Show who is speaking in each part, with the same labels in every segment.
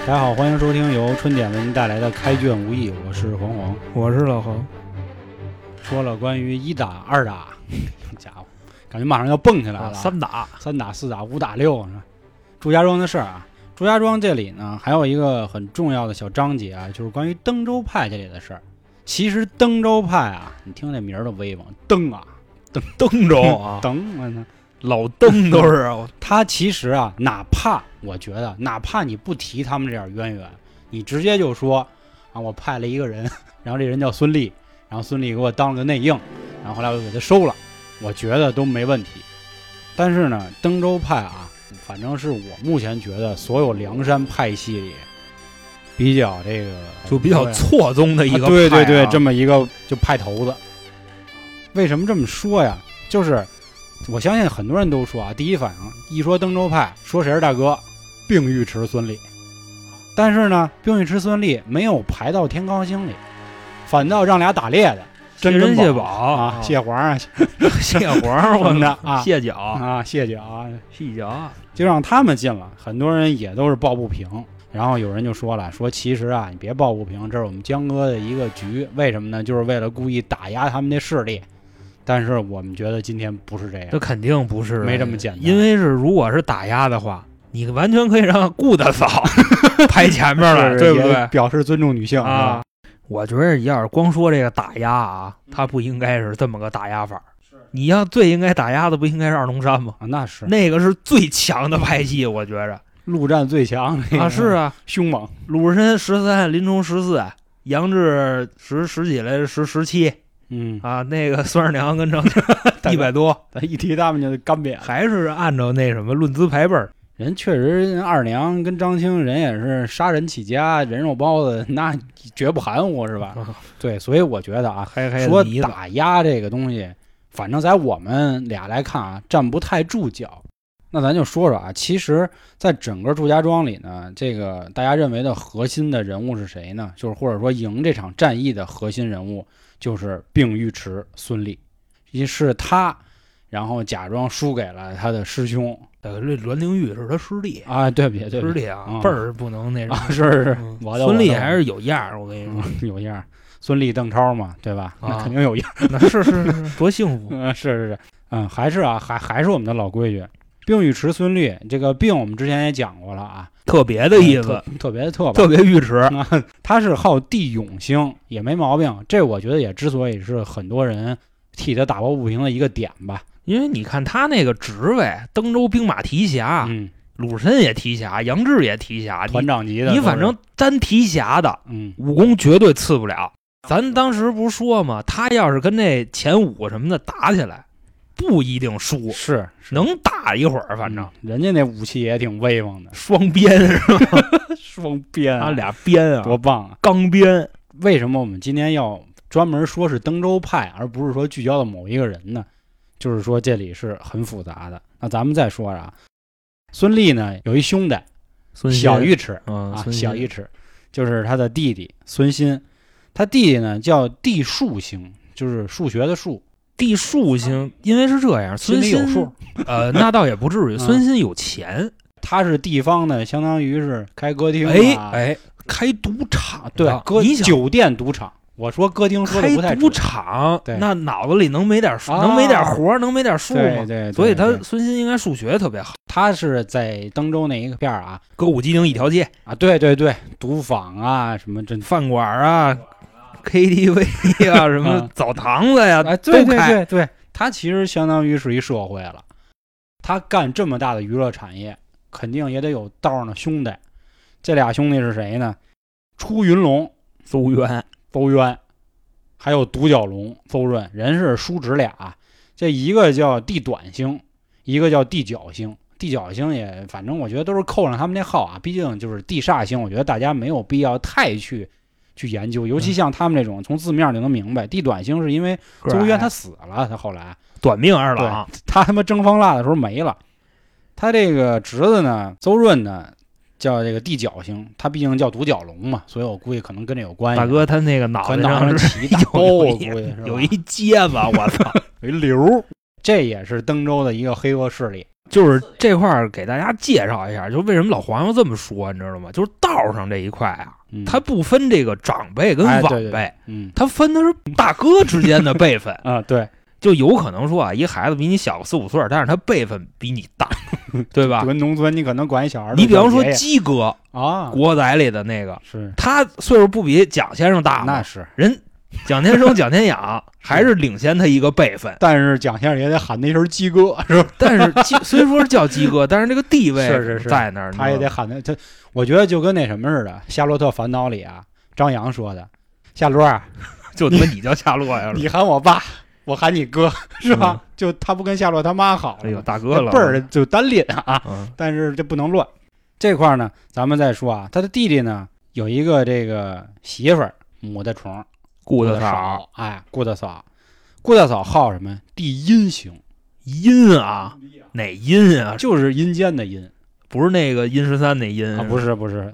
Speaker 1: 大家好，欢迎收听由春点为您带来的《开卷无益》，我是黄黄。
Speaker 2: 我是老侯，
Speaker 1: 说了关于一打、二打， 家伙，感觉马上要蹦起来了。啊
Speaker 2: 啊三打，
Speaker 1: 三打、四打、五打、六是吧？祝家庄的事儿啊，祝家庄这里呢还有一个很重要的小章节啊，就是关于登州派这里的事儿。其实登州派啊，你听这名儿都威风，登啊，
Speaker 2: 登州啊，
Speaker 1: 登我操！
Speaker 2: 老登都是啊，
Speaker 1: 他其实啊，哪怕我觉得，哪怕你不提他们这点渊源，你直接就说啊，我派了一个人，然后这人叫孙俪，然后孙俪给我当了个内应，然后后来我就给他收了，我觉得都没问题。但是呢，登州派啊，反正是我目前觉得所有梁山派系里比较这个
Speaker 2: 就比较错综的一个
Speaker 1: 啊对对对，这
Speaker 2: 么
Speaker 1: 么一个就派头子。为什么这么说呀？就是我相信很多人都说啊，第一反应一说登州派，说谁是大哥，并尉迟孙立。但是呢，并尉迟孙立没有排到天罡星里，反倒让俩打猎的真
Speaker 2: 人
Speaker 1: 珍
Speaker 2: 谢
Speaker 1: 宝啊，
Speaker 2: 谢
Speaker 1: 蟹黄啊
Speaker 2: 谢 皇，
Speaker 1: 什
Speaker 2: 我
Speaker 1: 么的
Speaker 2: 们
Speaker 1: 啊
Speaker 2: 谢脚，
Speaker 1: 啊蟹脚啊，
Speaker 2: 谢脚，
Speaker 1: 就让他们进了。很多人也都是抱不平。然后有人就说了，说其实啊，你别抱不平，这是我们江哥的一个局，为什么呢？就是为了故意打压他们的势力。但是我们觉得今天不是这
Speaker 2: 这
Speaker 1: 样，
Speaker 2: 肯定不是
Speaker 1: 没这么简单
Speaker 2: 因为是如果是打压的话，你完全可以让顾 大嫂排前面了，
Speaker 1: 是
Speaker 2: 对不
Speaker 1: 也
Speaker 2: 对
Speaker 1: 表示尊重女性
Speaker 2: 啊？？我觉得要是光说这个打压啊，他不应该是这么个打压法儿。你要最应该打压的不应该是二龙山吗？
Speaker 1: 啊，那是
Speaker 2: 那个是最强的派系，我觉 着
Speaker 1: 陆战最强那个
Speaker 2: 啊，是啊，
Speaker 1: 凶猛，
Speaker 2: 鲁智深十三，林冲十四，杨志十十几来着，十十七
Speaker 1: 嗯，
Speaker 2: 啊，那个孙二娘跟 张三
Speaker 1: 大
Speaker 2: 一百多，
Speaker 1: 咱一提他们就干瘪了。
Speaker 2: 还是按照那什么论资排辈儿，
Speaker 1: 人确实，人二娘跟张青人也是杀人起家，人肉包子，那绝不含糊是吧？
Speaker 2: 啊
Speaker 1: 对，所以我觉得啊，
Speaker 2: 还还
Speaker 1: 说
Speaker 2: 泥子
Speaker 1: 打压这个东西，反正在我们俩来看啊，站不太住脚。那咱就说说啊，其实，在整个祝家庄里呢，这个大家认为的核心的人物是谁呢？就是或者说赢这场战役的核心人物就是并尉迟孙立，一是他，然后假装输给了他的师兄
Speaker 2: 呃这栾灵玉是他师弟，
Speaker 1: 啊，对不起，对不
Speaker 2: 师
Speaker 1: 起
Speaker 2: 弟啊
Speaker 1: 嗯，
Speaker 2: 辈儿不能那什
Speaker 1: 啊
Speaker 2: 么，，
Speaker 1: 是是是
Speaker 2: 嗯，
Speaker 1: 我的
Speaker 2: 孙俪
Speaker 1: 我的
Speaker 2: 还是有样儿，我跟你说，
Speaker 1: 嗯有样儿，孙立邓超嘛，对吧？那
Speaker 2: 啊
Speaker 1: 肯定有样儿。
Speaker 2: 那是是是，多幸福，
Speaker 1: 嗯，是是是，嗯，还是啊，还还是我们的老规矩，并尉迟孙律这个并，我们之前也讲过了啊，
Speaker 2: 特别的意思
Speaker 1: 特，特别特吧，
Speaker 2: 嗯特别嗯尉迟，
Speaker 1: 他是好地永星，也没毛病，这我觉得也之所以是很多人替他打抱不平的一个点吧，
Speaker 2: 因为你看他那个职位，登州兵马提辖，
Speaker 1: 嗯，
Speaker 2: 鲁智深也提辖，杨志也提辖，啊你
Speaker 1: 团长级的都是，
Speaker 2: 你反正单提辖的
Speaker 1: 嗯
Speaker 2: 武功绝对次不
Speaker 1: 哦
Speaker 2: 了。咱当时不是说吗？他要是跟那前五什么的打起来，不一定输，
Speaker 1: 是是
Speaker 2: 能打一会儿，反正、
Speaker 1: 嗯人家那武器也挺威风 的，
Speaker 2: 双鞭是吧？
Speaker 1: 双鞭
Speaker 2: 啊，俩鞭啊，
Speaker 1: 多棒啊！
Speaker 2: 钢鞭，
Speaker 1: 为什么我们今天要专门说是登州派，而不是说聚焦的某一个人呢？就是说这里是很复杂的。那咱们再说啊，孙俪呢有一兄弟
Speaker 2: 孙欣
Speaker 1: 小尉迟
Speaker 2: 啊
Speaker 1: 啊，，
Speaker 2: 孙欣
Speaker 1: 小尉迟就是他的弟弟孙欣，他弟弟呢叫地数星，就是数学的数，
Speaker 2: 地数星，因为是这样，
Speaker 1: 啊心
Speaker 2: 孙
Speaker 1: 里
Speaker 2: 欣
Speaker 1: 有数。。
Speaker 2: 呃，那倒也不至于，
Speaker 1: 嗯
Speaker 2: 孙欣有钱，
Speaker 1: 他是地方呢，相当于是开歌厅
Speaker 2: 哎
Speaker 1: 啊，
Speaker 2: 哎，开赌场
Speaker 1: 啊对
Speaker 2: 的，
Speaker 1: 歌
Speaker 2: 你想
Speaker 1: 酒店赌场。我说歌厅说的不太
Speaker 2: 开
Speaker 1: 准
Speaker 2: 赌，场
Speaker 1: 对，
Speaker 2: 那脑子里能没点数，
Speaker 1: 啊
Speaker 2: 能没点活儿，能没点数
Speaker 1: 对
Speaker 2: 吗？
Speaker 1: 对，
Speaker 2: 所以
Speaker 1: 对
Speaker 2: 他
Speaker 1: 对
Speaker 2: 孙欣应该数学特别好，
Speaker 1: 他是在登州那一片儿啊，
Speaker 2: 歌舞伎町一条街，
Speaker 1: 啊，对对对，赌坊啊，什么这
Speaker 2: 饭馆啊，KTV 啊，什么
Speaker 1: 啊
Speaker 2: 澡堂子呀，
Speaker 1: 啊，
Speaker 2: 都
Speaker 1: 对对对
Speaker 2: 开。
Speaker 1: 对，他其实相当于是一社会了。他干这么大的娱乐产业，肯定也得有道上的兄弟。这俩兄弟是谁呢？出云龙
Speaker 2: 邹源
Speaker 1: 邹渊，还有独角龙邹润，人是叔侄俩。这一个叫地短星，一个叫地角星。地角星也，反正我觉得都是扣上他们那号啊。毕竟就是地煞星，我觉得大家没有必要太去去研究，尤其像他们这种从字面就能明白。地短星是因为邹渊他死了，他后来
Speaker 2: 短命二郎，
Speaker 1: 他他妈争风蜡的时候没了。他这个侄子呢，邹润呢，叫这个地角星，他毕竟叫独角龙嘛，所以我估计可能跟这有关系。
Speaker 2: 大哥他那个脑
Speaker 1: 可
Speaker 2: 袋
Speaker 1: 能脑上
Speaker 2: 上是
Speaker 1: 起一大包，
Speaker 2: 有
Speaker 1: 我估
Speaker 2: 有
Speaker 1: 计
Speaker 2: 一
Speaker 1: 是吧
Speaker 2: 有一疖子，我操！
Speaker 1: 有一瘤儿，这也是登州的一个黑恶势力。
Speaker 2: 就是这块儿给大家介绍一下，就是为什么老黄要这么说，你知道吗？就是道上这一块啊，
Speaker 1: 嗯
Speaker 2: 他不分这个长辈跟
Speaker 1: 哎
Speaker 2: 晚辈，
Speaker 1: 对对嗯，
Speaker 2: 他分的是大哥之间的辈分
Speaker 1: 啊，对，
Speaker 2: 就有可能说啊，一孩子比你小四五岁，但是他辈分比你大，对吧
Speaker 1: 就？跟农村你可能管一小孩儿都
Speaker 2: 啊你比方
Speaker 1: 叫
Speaker 2: 说
Speaker 1: 爷爷
Speaker 2: 鸡哥，
Speaker 1: 啊，
Speaker 2: 国仔里的那个，
Speaker 1: 是
Speaker 2: 他岁数不比蒋先生大
Speaker 1: 那
Speaker 2: 吗？
Speaker 1: 是，
Speaker 2: 人蒋天 生、蒋天养还是领先他一个辈分，
Speaker 1: 但是蒋先生也得喊那声鸡哥，是吧？
Speaker 2: 但是鸡 虽说是叫鸡哥，但是这个地位
Speaker 1: 是是是
Speaker 2: 在那儿，
Speaker 1: 他也
Speaker 2: 你知
Speaker 1: 得
Speaker 2: 道吗
Speaker 1: 喊那他，我觉得就跟那什么似的，《夏洛特烦恼》里啊，张扬说的，夏洛啊，
Speaker 2: 就他妈 你叫夏洛呀，
Speaker 1: 你喊我爸，我喊你哥，是吧？就他不跟夏洛他妈好
Speaker 2: 嗯哎呦
Speaker 1: 了，
Speaker 2: 大哥
Speaker 1: 那
Speaker 2: 了，
Speaker 1: 辈儿就单拎啊。
Speaker 2: 嗯
Speaker 1: 但是这不能乱。这块儿呢，咱们再说啊，他的弟弟呢有一个这个媳妇儿，母的虫，
Speaker 2: 顾
Speaker 1: 的
Speaker 2: 得少，，
Speaker 1: 哎，顾大嫂，顾大嫂好什么？地阴行，
Speaker 2: 阴啊，哪阴啊？
Speaker 1: 就是阴间的阴
Speaker 2: 不是那个阴十三那阴
Speaker 1: 啊，不
Speaker 2: 是
Speaker 1: 是不是。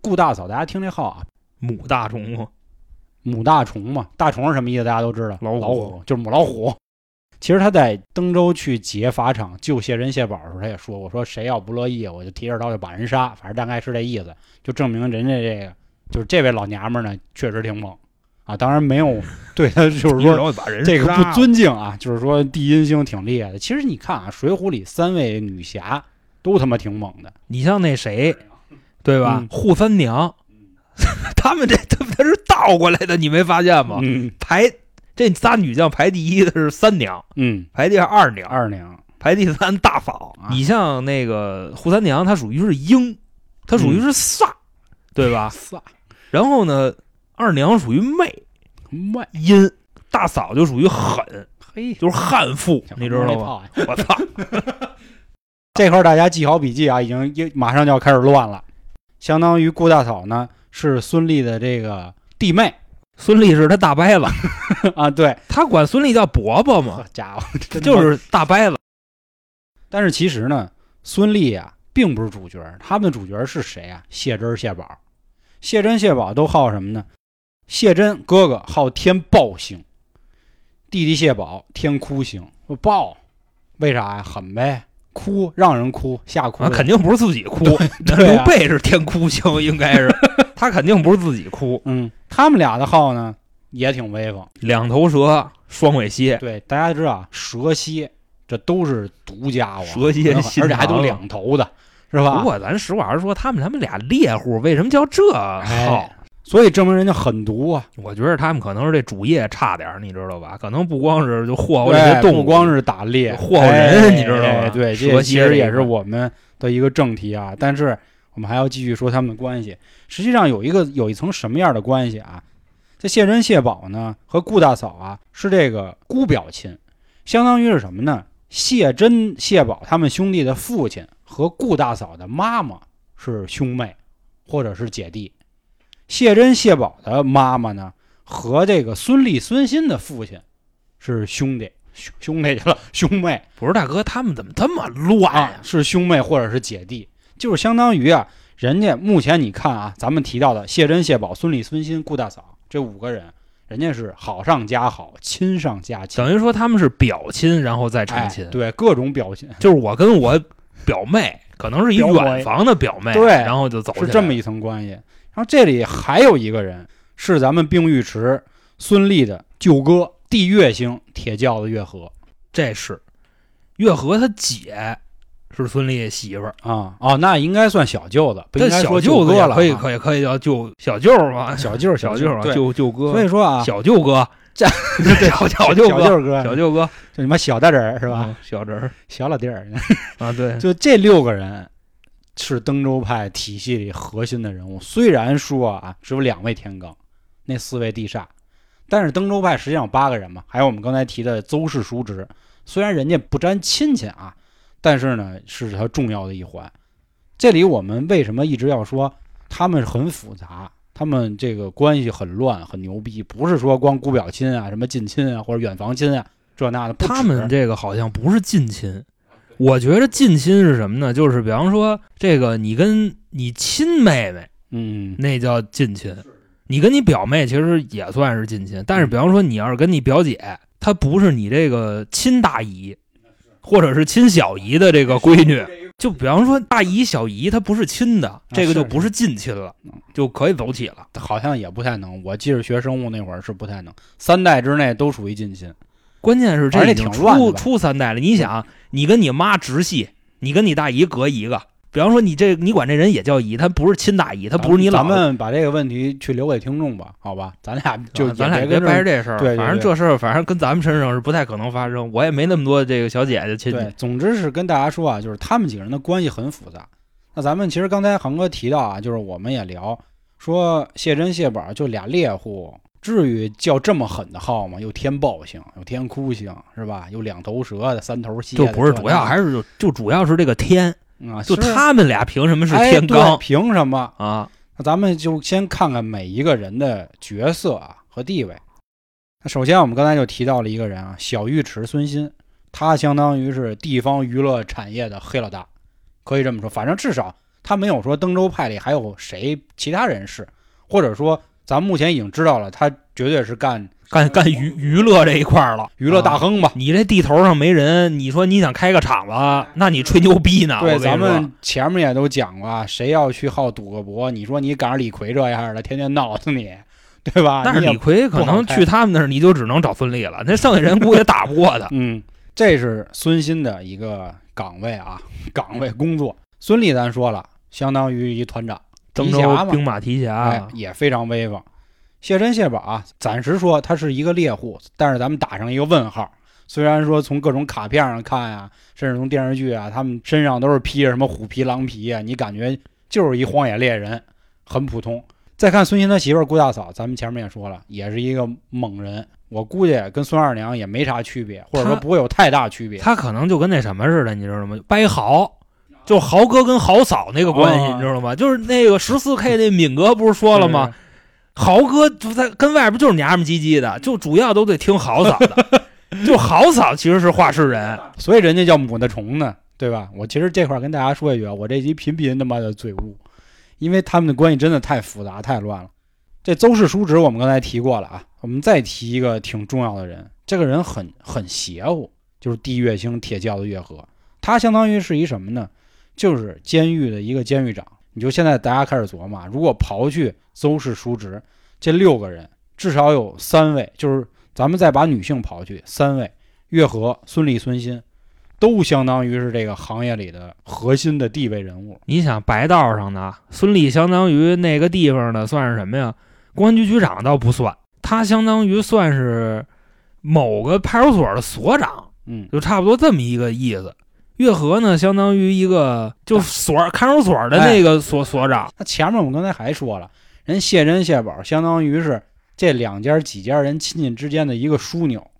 Speaker 1: 顾大嫂，大家听这号啊，
Speaker 2: 母大虫啊吗？
Speaker 1: 母大虫嘛，大虫是什么意思？大家都知道，
Speaker 2: 老虎
Speaker 1: 老虎就是母老虎。其实他在登州去劫法场救谢人谢宝的时候，他也说：“我说谁要不乐意，我就提着刀就把人杀。”反正大概是这意思，就证明人家这个就是这位老娘们儿呢，确实挺猛啊。当然没 有对他就是
Speaker 2: 你
Speaker 1: 说
Speaker 2: 老把人
Speaker 1: 这个
Speaker 2: 杀
Speaker 1: 不尊敬啊，就是说地阴星挺厉害的。其实你看啊，《水浒》里三位女侠都他妈挺猛的，
Speaker 2: 你像那谁，对吧
Speaker 1: 嗯？
Speaker 2: 扈、三娘， 他们这他他是倒过来的，你没发现吗？
Speaker 1: 嗯
Speaker 2: 排这仨女将排第一的是三娘，
Speaker 1: 嗯，
Speaker 2: 排第二二娘，
Speaker 1: 二娘
Speaker 2: 排第三大嫂。
Speaker 1: 啊
Speaker 2: 你像那个扈三娘，她属于是鹰，她属
Speaker 1: 嗯
Speaker 2: 于是煞，对吧？
Speaker 1: 仨
Speaker 2: 然后呢，二娘属于媚
Speaker 1: 卖
Speaker 2: 阴，大嫂就属于狠，
Speaker 1: 嘿，
Speaker 2: 就是悍妇，你知道吗？
Speaker 1: 吗？
Speaker 2: 我操！
Speaker 1: 这块儿大家记好笔记啊，已经又马上就要开始乱了。相当于顾大嫂呢是孙俪的这个弟妹
Speaker 2: 孙俪是她大伯子，
Speaker 1: 啊，对，
Speaker 2: 她管孙俪叫伯伯嘛
Speaker 1: 好，家 伙，真
Speaker 2: 就
Speaker 1: 他妈。
Speaker 2: 是大伯子。
Speaker 1: 但是其实呢，孙俪啊并不是主角，他们的主角是谁啊？谢珍、谢宝，谢珍、谢宝都好什么呢？谢珍哥哥好天豹星，弟弟谢宝天哭星。豹，为啥呀？狠呗，哭让人哭，吓哭
Speaker 2: 啊，
Speaker 1: 的。
Speaker 2: 肯定不是自己哭，
Speaker 1: 对啊
Speaker 2: 刘备是天哭星，应该是他肯定不是自己哭。
Speaker 1: 嗯，他们俩的号呢也挺威风。
Speaker 2: 两头蛇，双尾蝎，
Speaker 1: 对，大家知道啊，蛇蝎这都是毒家伙，
Speaker 2: 蛇蝎
Speaker 1: 而
Speaker 2: 心
Speaker 1: 且还都
Speaker 2: 肠
Speaker 1: 两头的，是
Speaker 2: 不
Speaker 1: 吧？
Speaker 2: 过咱实话实说，他们他们俩猎户为什么叫这号
Speaker 1: 哎？，所以证明人家狠毒啊！
Speaker 2: 我觉得他们可能是这主业差点儿，你知道吧？可能不光是就祸害这
Speaker 1: 对，
Speaker 2: 些动物，
Speaker 1: 不光是打猎，
Speaker 2: 祸害
Speaker 1: 哎
Speaker 2: 人你知道吧
Speaker 1: 对，
Speaker 2: 蛇
Speaker 1: 这
Speaker 2: 蝎
Speaker 1: 其实
Speaker 2: 这
Speaker 1: 也
Speaker 2: 一
Speaker 1: 是
Speaker 2: 块
Speaker 1: 我们的一个正题啊。但是我们还要继续说他们的关系。实际上有一个有一层什么样的关系啊？这谢珍、谢宝呢和顾大嫂啊是这个姑表亲，相当于是什么呢？谢珍、谢宝他们兄弟的父亲和顾大嫂的妈妈是兄妹，或者是姐弟。谢珍、谢宝的妈妈呢和这个孙俪、孙欣的父亲是兄弟，兄兄弟去 了，兄妹
Speaker 2: 不是大哥，他们怎么这么乱
Speaker 1: 啊
Speaker 2: 呀、，
Speaker 1: 是兄妹或者是姐弟，就是相当于啊，人家目前你看啊，咱们提到的谢珍、谢宝、孙俪、孙欣、顾大嫂这五个人，人家是好上加好，亲上加亲，
Speaker 2: 等于说他们是表亲，然后再成
Speaker 1: 哎
Speaker 2: 亲，
Speaker 1: 对各种表现
Speaker 2: 就是我跟我表妹，可能是一
Speaker 1: 表妹
Speaker 2: 远房的表妹，
Speaker 1: 对
Speaker 2: 然后就走
Speaker 1: 是这么
Speaker 2: 一
Speaker 1: 一层关系。然后这里还有一个人是咱们冰玉池孙俪的舅哥地月星铁教的月和
Speaker 2: 这是月和他姐是孙俪媳妇儿，
Speaker 1: 啊哦，那应该算小舅子，不应
Speaker 2: 但
Speaker 1: 该
Speaker 2: 小
Speaker 1: 说
Speaker 2: 舅
Speaker 1: 舅
Speaker 2: 哥
Speaker 1: 哥了啊，
Speaker 2: 可以可以可以叫舅小舅 嘛，
Speaker 1: 小舅儿
Speaker 2: 小
Speaker 1: 舅
Speaker 2: 舅
Speaker 1: 儿
Speaker 2: 啊，
Speaker 1: 对
Speaker 2: 舅舅哥，
Speaker 1: 所以说啊，
Speaker 2: 小舅哥，
Speaker 1: 这
Speaker 2: 小小舅
Speaker 1: 小
Speaker 2: 哥，
Speaker 1: 舅哥，
Speaker 2: 小舅哥
Speaker 1: 就你妈小大人儿是吧？
Speaker 2: 嗯小侄儿
Speaker 1: 小老弟儿，
Speaker 2: 啊， 对，
Speaker 1: 就这六个人是登州派体系里核心的人物。虽然说啊，只有两位天罡，那四位地煞，但是登州派实际上有八个人嘛，还有我们刚才提的邹氏叔侄，虽然人家不沾亲戚啊，但是呢是他重要的一环。这里我们为什么一直要说他们很复杂？他们这个关系很乱，很牛逼，不是说光姑表亲啊、什么近亲啊或者远房亲啊这那的，不
Speaker 2: 他
Speaker 1: 止啊
Speaker 2: 们这个好像不是近亲，我觉得近亲是什么呢？就是比方说，这个你跟你亲妹妹
Speaker 1: 嗯
Speaker 2: 那叫近亲，你跟你表妹其实也
Speaker 1: 嗯
Speaker 2: 算是近亲，但是比方说你要是跟你表姐，她不是你这个亲大姨，或者是亲小姨的这个闺女，就比方说大姨、小姨，她不是亲的，这
Speaker 1: 啊
Speaker 2: 个
Speaker 1: 是
Speaker 2: 就不是近亲了，就可以走起了。
Speaker 1: 好像也不太能。我记着学生物那会儿是不太能，三代之内都属于近亲。
Speaker 2: 关键是这
Speaker 1: 而且
Speaker 2: 已经
Speaker 1: 挺乱的
Speaker 2: 出
Speaker 1: 吧嗯
Speaker 2: 出三代了，你想，你跟你妈直系，你跟你大姨隔一个，比方说你这你管这人也叫姨，他不是亲大姨，他不是你老
Speaker 1: 咱们把这个问题去留给听众吧，好吧？咱俩就
Speaker 2: 啊咱俩
Speaker 1: 也
Speaker 2: 也
Speaker 1: 别
Speaker 2: 别
Speaker 1: 跟
Speaker 2: 掰扯
Speaker 1: 这
Speaker 2: 这事儿，
Speaker 1: 对对对
Speaker 2: 反正这事儿反正跟咱们身上是不太可能发生，我也没那么多这个小姐姐亲戚
Speaker 1: 对，，总之是跟大家说啊，就是他们几个人的关系很复杂。那咱们其实刚才航哥提到啊，就是我们也聊说谢珍谢宝就俩猎户，至于叫这么狠的号吗？有天豹星，有天哭星，是吧？有两头蛇的，三头蝎的，
Speaker 2: 就不是主要，
Speaker 1: 是
Speaker 2: 还是就就主要是这个天，
Speaker 1: 啊，
Speaker 2: 就是他们俩凭什么是
Speaker 1: 哎
Speaker 2: 天
Speaker 1: 对
Speaker 2: 罡
Speaker 1: 凭什么？
Speaker 2: 啊？
Speaker 1: 那咱们就先看看每一个人的角色啊和地位。那首先我们刚才就提到了一个人啊，小尉迟孙鑫，他相当于是地方娱乐产业的黑老大，可以这么说。反正至少他没有说登州派里还有谁其他人士，或者说咱目前已经知道了，他绝对是干
Speaker 2: 干干娱娱乐这一块儿了，
Speaker 1: 娱乐大
Speaker 2: 啊
Speaker 1: 亨吧。
Speaker 2: 你这地头上没人，你说你想开个厂子，那你吹牛逼呢？
Speaker 1: 对，
Speaker 2: 我跟你
Speaker 1: 咱
Speaker 2: 说
Speaker 1: 们前面也都讲过，啊，谁要去好赌个博，你说你赶上李逵这样的，天天闹死你，对吧？
Speaker 2: 但是
Speaker 1: 啊你也
Speaker 2: 李逵可能去他们那儿，你就只能找孙俪了。那剩下人估计也打 不过他。
Speaker 1: 嗯，这是孙鑫的一个岗位啊，岗位工作。孙俪咱说了，相当于一团长，
Speaker 2: 登
Speaker 1: 提辖
Speaker 2: 州
Speaker 1: 嘛
Speaker 2: 兵马
Speaker 1: 哎
Speaker 2: 提辖，，啊
Speaker 1: 也非常威风。谢珍、谢宝啊，暂时说他是一个猎户，但是咱们打上一个问号。虽然说从各种卡片上看啊，甚至从电视剧啊，他们身上都是披着什么虎皮、狼皮啊，你感觉就是一荒野猎人，很普通。再看孙鑫他媳妇儿顾大嫂，咱们前面也说了，也是一个猛人，我估计跟孙二娘也没啥区别，或者说
Speaker 2: 她
Speaker 1: 不会有太大区别。
Speaker 2: 他可能就跟那什么似的，你知道吗？掰豪，就豪哥跟豪嫂那个关系，
Speaker 1: 哦
Speaker 2: 你知道吗？就是那个十四 K 那敏哥不是说了吗？？豪哥就在跟外边就是娘们唧唧的，就主要都得听豪嫂 的。就豪嫂其实是话事人，
Speaker 1: 所以人家叫母的虫呢，对吧？我其实这块儿跟大家说一句啊，我这集频频他妈的嘴误，因为他们的关系真的太复杂太乱了。这邹氏叔侄我们刚才提过了啊，我们再提一个挺重要的人，这个人很很邪乎，就是地月星铁教的月和，他相当于是一什么呢？就是监狱的一个监狱长。你就现在大家开始琢磨啊，如果刨去邹氏叔侄这六个人，至少有三位，就是咱们再把女性刨去，三位月和、孙俪、孙鑫，都相当于是这个行业里的核心的地位人物。
Speaker 2: 你想白道上的孙俪，相当于那个地方的算是什么呀？公安局局长倒不算，他相当于算是某个派出所的所长，
Speaker 1: 嗯，
Speaker 2: 就差不多这么一个意思。月和呢，相当于一个就所看守所的那个所所长，
Speaker 1: 那前面我们刚才还说了，人谢珍、谢宝相当于是这两家几家人亲戚之间的一个枢纽，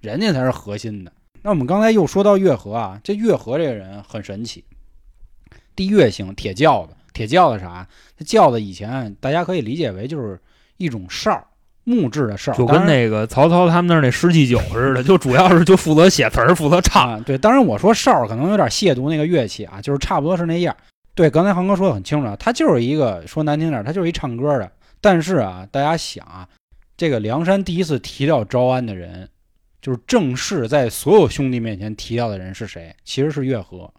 Speaker 1: 人家才是核心的。那我们刚才又说到月和啊，这月和这个人很神奇，地月星铁轿子，铁轿子啥？这轿子以前大家可以理解为就是一种哨，木质的哨，
Speaker 2: 就
Speaker 1: 当然
Speaker 2: 跟那个曹操他们那儿那十祭酒似的，就主要是就负责写词儿，负责唱。
Speaker 1: 啊。对，当然我说哨儿可能有点亵渎那个乐器啊，就是差不多是那样儿。对，刚才航哥说的很清楚，啊，他就是一个说难听点儿，他就是一唱歌的。但是啊，大家想啊，这个梁山第一次提到招安的人，就是正式在所有兄弟面前提到的人是谁？其实是月和。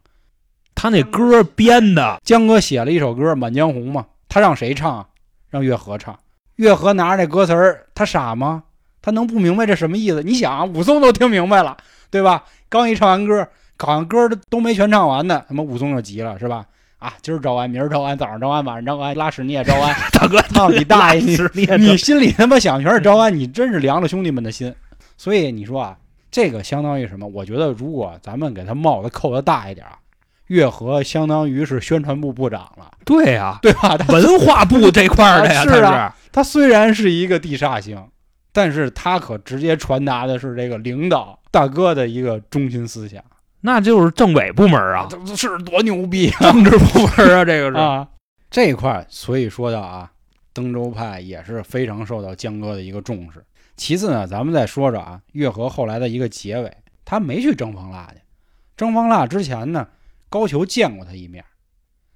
Speaker 2: 他那歌编的，
Speaker 1: 江哥写了一首歌《满江红》嘛，他让谁唱啊？让月和唱。月和拿着这歌词儿，他傻吗？他能不明白这什么意思？你想啊，武松都听明白了，对吧？刚一唱完歌，好像歌儿都没全唱完呢，他妈武松就急了，是吧？啊，今儿招安，明儿招安，早上招安，晚上招安，拉屎你也招安，
Speaker 2: 大哥，
Speaker 1: 操你大爷！你
Speaker 2: 是你
Speaker 1: 你心里他妈想全是招安，你真是凉了兄弟们的心。所以你说啊，这个相当于什么？我觉得如果咱们给他帽子扣的大一点啊，月和相当于是宣传部部长了，
Speaker 2: 对啊，
Speaker 1: 对吧？他
Speaker 2: 文化部这块儿的 呀，
Speaker 1: 啊
Speaker 2: 他
Speaker 1: 是啊他虽然是一个地煞星，但是他可直接传达的是这个领导大哥的一个中心思想
Speaker 2: 那就是政委部门啊，
Speaker 1: 这是多牛逼啊！
Speaker 2: 政治部门啊，这个是。
Speaker 1: 啊，这一块儿，所以说到啊，登州派也是非常受到江哥的一个重视。其次呢，咱们再说说啊，月和后来的一个结尾，他没去征方腊去。征方腊之前呢，高俅见过他一面。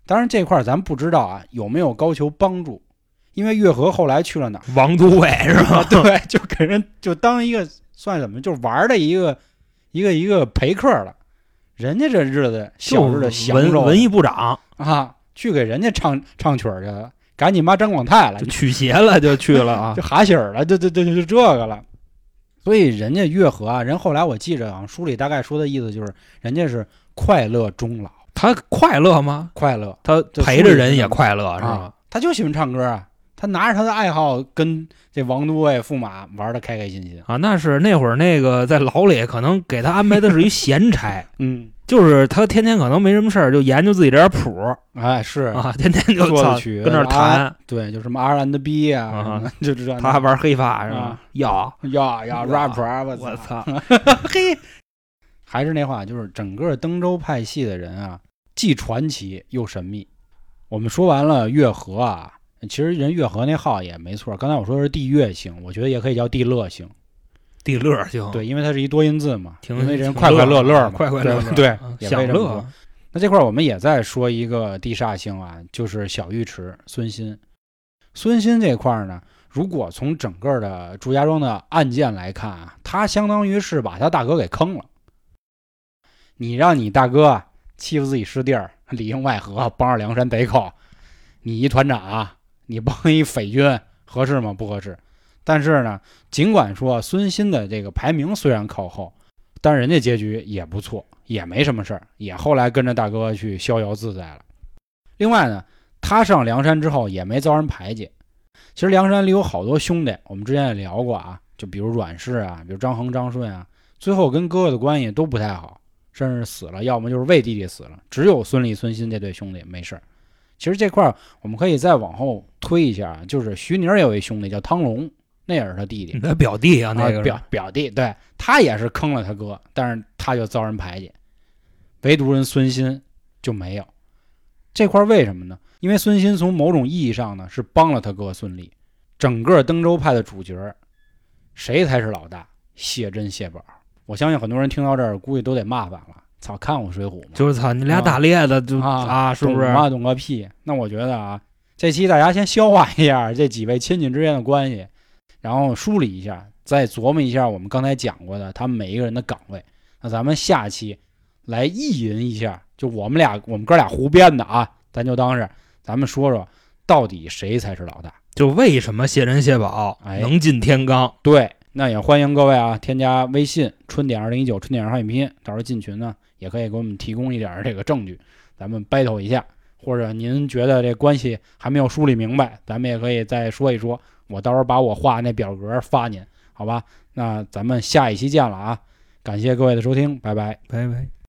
Speaker 1: 当然这块儿咱不知道啊，有没有高俅帮助，因为月和后来去了哪儿？
Speaker 2: 王都尉是 吧？
Speaker 1: 对，就给人就当一个算什么，就玩儿的一个一个一个陪客了。人家这日子
Speaker 2: 就
Speaker 1: 小日子享
Speaker 2: 文
Speaker 1: 受
Speaker 2: 文艺部长
Speaker 1: 啊，去给人家唱唱曲儿去了，赶你妈张广泰了
Speaker 2: 就，取鞋了，就去了啊
Speaker 1: 就。哈喜儿了，就就就就就这个了。所以人家月和啊，人后来我记着啊，书里大概说的意思就是，人家是快乐终老，
Speaker 2: 他快乐吗？
Speaker 1: 快乐。
Speaker 2: 他
Speaker 1: 就
Speaker 2: 陪着人也快乐是
Speaker 1: 啊
Speaker 2: 吧？
Speaker 1: 他就喜欢唱歌啊，他拿着他的爱好跟这王都尉、驸马玩的开开心心。
Speaker 2: 啊，那是那会儿那个在牢里，可能给他安排的是一闲差，
Speaker 1: 嗯，
Speaker 2: 就是他天天可能没什么事儿，就研究自己这点谱
Speaker 1: 哎，是，
Speaker 2: 啊，天天就
Speaker 1: 作
Speaker 2: 操
Speaker 1: 曲
Speaker 2: 跟那儿弹，
Speaker 1: 对，就什么 R&B 啊，
Speaker 2: 啊
Speaker 1: 什么就这
Speaker 2: 他还玩黑发是吧
Speaker 1: 啊？
Speaker 2: 要
Speaker 1: 呀呀
Speaker 2: 哇
Speaker 1: rap 啊，我
Speaker 2: 我
Speaker 1: 操！
Speaker 2: 操，
Speaker 1: 嘿，还是那话，就是整个登州派系的人啊，既传奇又神秘。我们说完了月和啊，其实人月和那号也没错。刚才我说的是地月星，我觉得也可以叫地乐星，
Speaker 2: 地乐行，
Speaker 1: 对，因为它是一多音字嘛，
Speaker 2: 嗯挺
Speaker 1: 因为人
Speaker 2: 挺
Speaker 1: 快快乐
Speaker 2: 乐
Speaker 1: 乐
Speaker 2: 的
Speaker 1: 嘛，
Speaker 2: 快快乐乐
Speaker 1: 对，对
Speaker 2: 啊
Speaker 1: 也可以
Speaker 2: 享
Speaker 1: 这么说
Speaker 2: 乐
Speaker 1: 那这块儿我们也再说一个地煞星啊，就是小尉迟孙新。孙新这块儿呢，如果从整个的祝家庄的案件来看啊，他相当于是把他大哥给坑了。你让你大哥啊欺负自己师弟儿，里应外合，帮着梁山贼寇，你一团长啊，你帮一匪军，合适吗？不合适。但是呢，尽管说孙新的这个排名虽然靠后，但是人家结局也不错，也没什么事儿，也后来跟着大哥去逍遥自在了。另外呢，他上梁山之后也没遭人排挤。其实梁山里有好多兄弟，我们之前也聊过啊，就比如阮氏啊，比如张衡、张顺啊，最后跟哥哥的关系都不太好，甚至死了，要么就是为弟弟死了。只有孙立、孙新这对兄弟没事儿。其实这块儿我们可以再往后推一下啊，就是徐宁儿有一兄弟叫汤龙，那也是他弟弟
Speaker 2: 你。的表弟啊，那
Speaker 1: 啊、
Speaker 2: 个是
Speaker 1: 表表弟，对他也是坑了他哥，但是他就遭人排挤，唯独人孙鑫就没有。这块儿为什么呢？因为孙鑫从某种意义上呢是帮了他哥孙俪。整个登州派的主角儿，谁才是老大？谢珍、谢宝。我相信很多人听到这儿，估计都得骂反了。操，看过《水浒》吗？
Speaker 2: 就是操你俩大咧的就
Speaker 1: 啊
Speaker 2: 啊，是不是？
Speaker 1: 懂吗？懂个屁！那我觉得啊，这期大家先消化一下这几位亲戚之间的关系， 然后梳理一下，再琢磨一下我们刚才讲过的他们每一个人的岗位。那咱们下期来意淫一下，就我们俩我们哥俩胡编的啊，咱就当是咱们说说到底谁才是老大。
Speaker 2: 就为什么谢珍谢宝
Speaker 1: 哎
Speaker 2: 能进天罡？
Speaker 1: 对，那也欢迎各位啊，添加微信“春点二零一九”，春点儿汉语拼音，到时候进群呢，也可以给我们提供一点儿这个证据，咱们 battle 一下，或者您觉得这关系还没有梳理明白，咱们也可以再说一说，我到时候把我画那表格发您，好吧？那咱们下一期见了啊，感谢各位的收听，拜拜。
Speaker 2: 拜拜。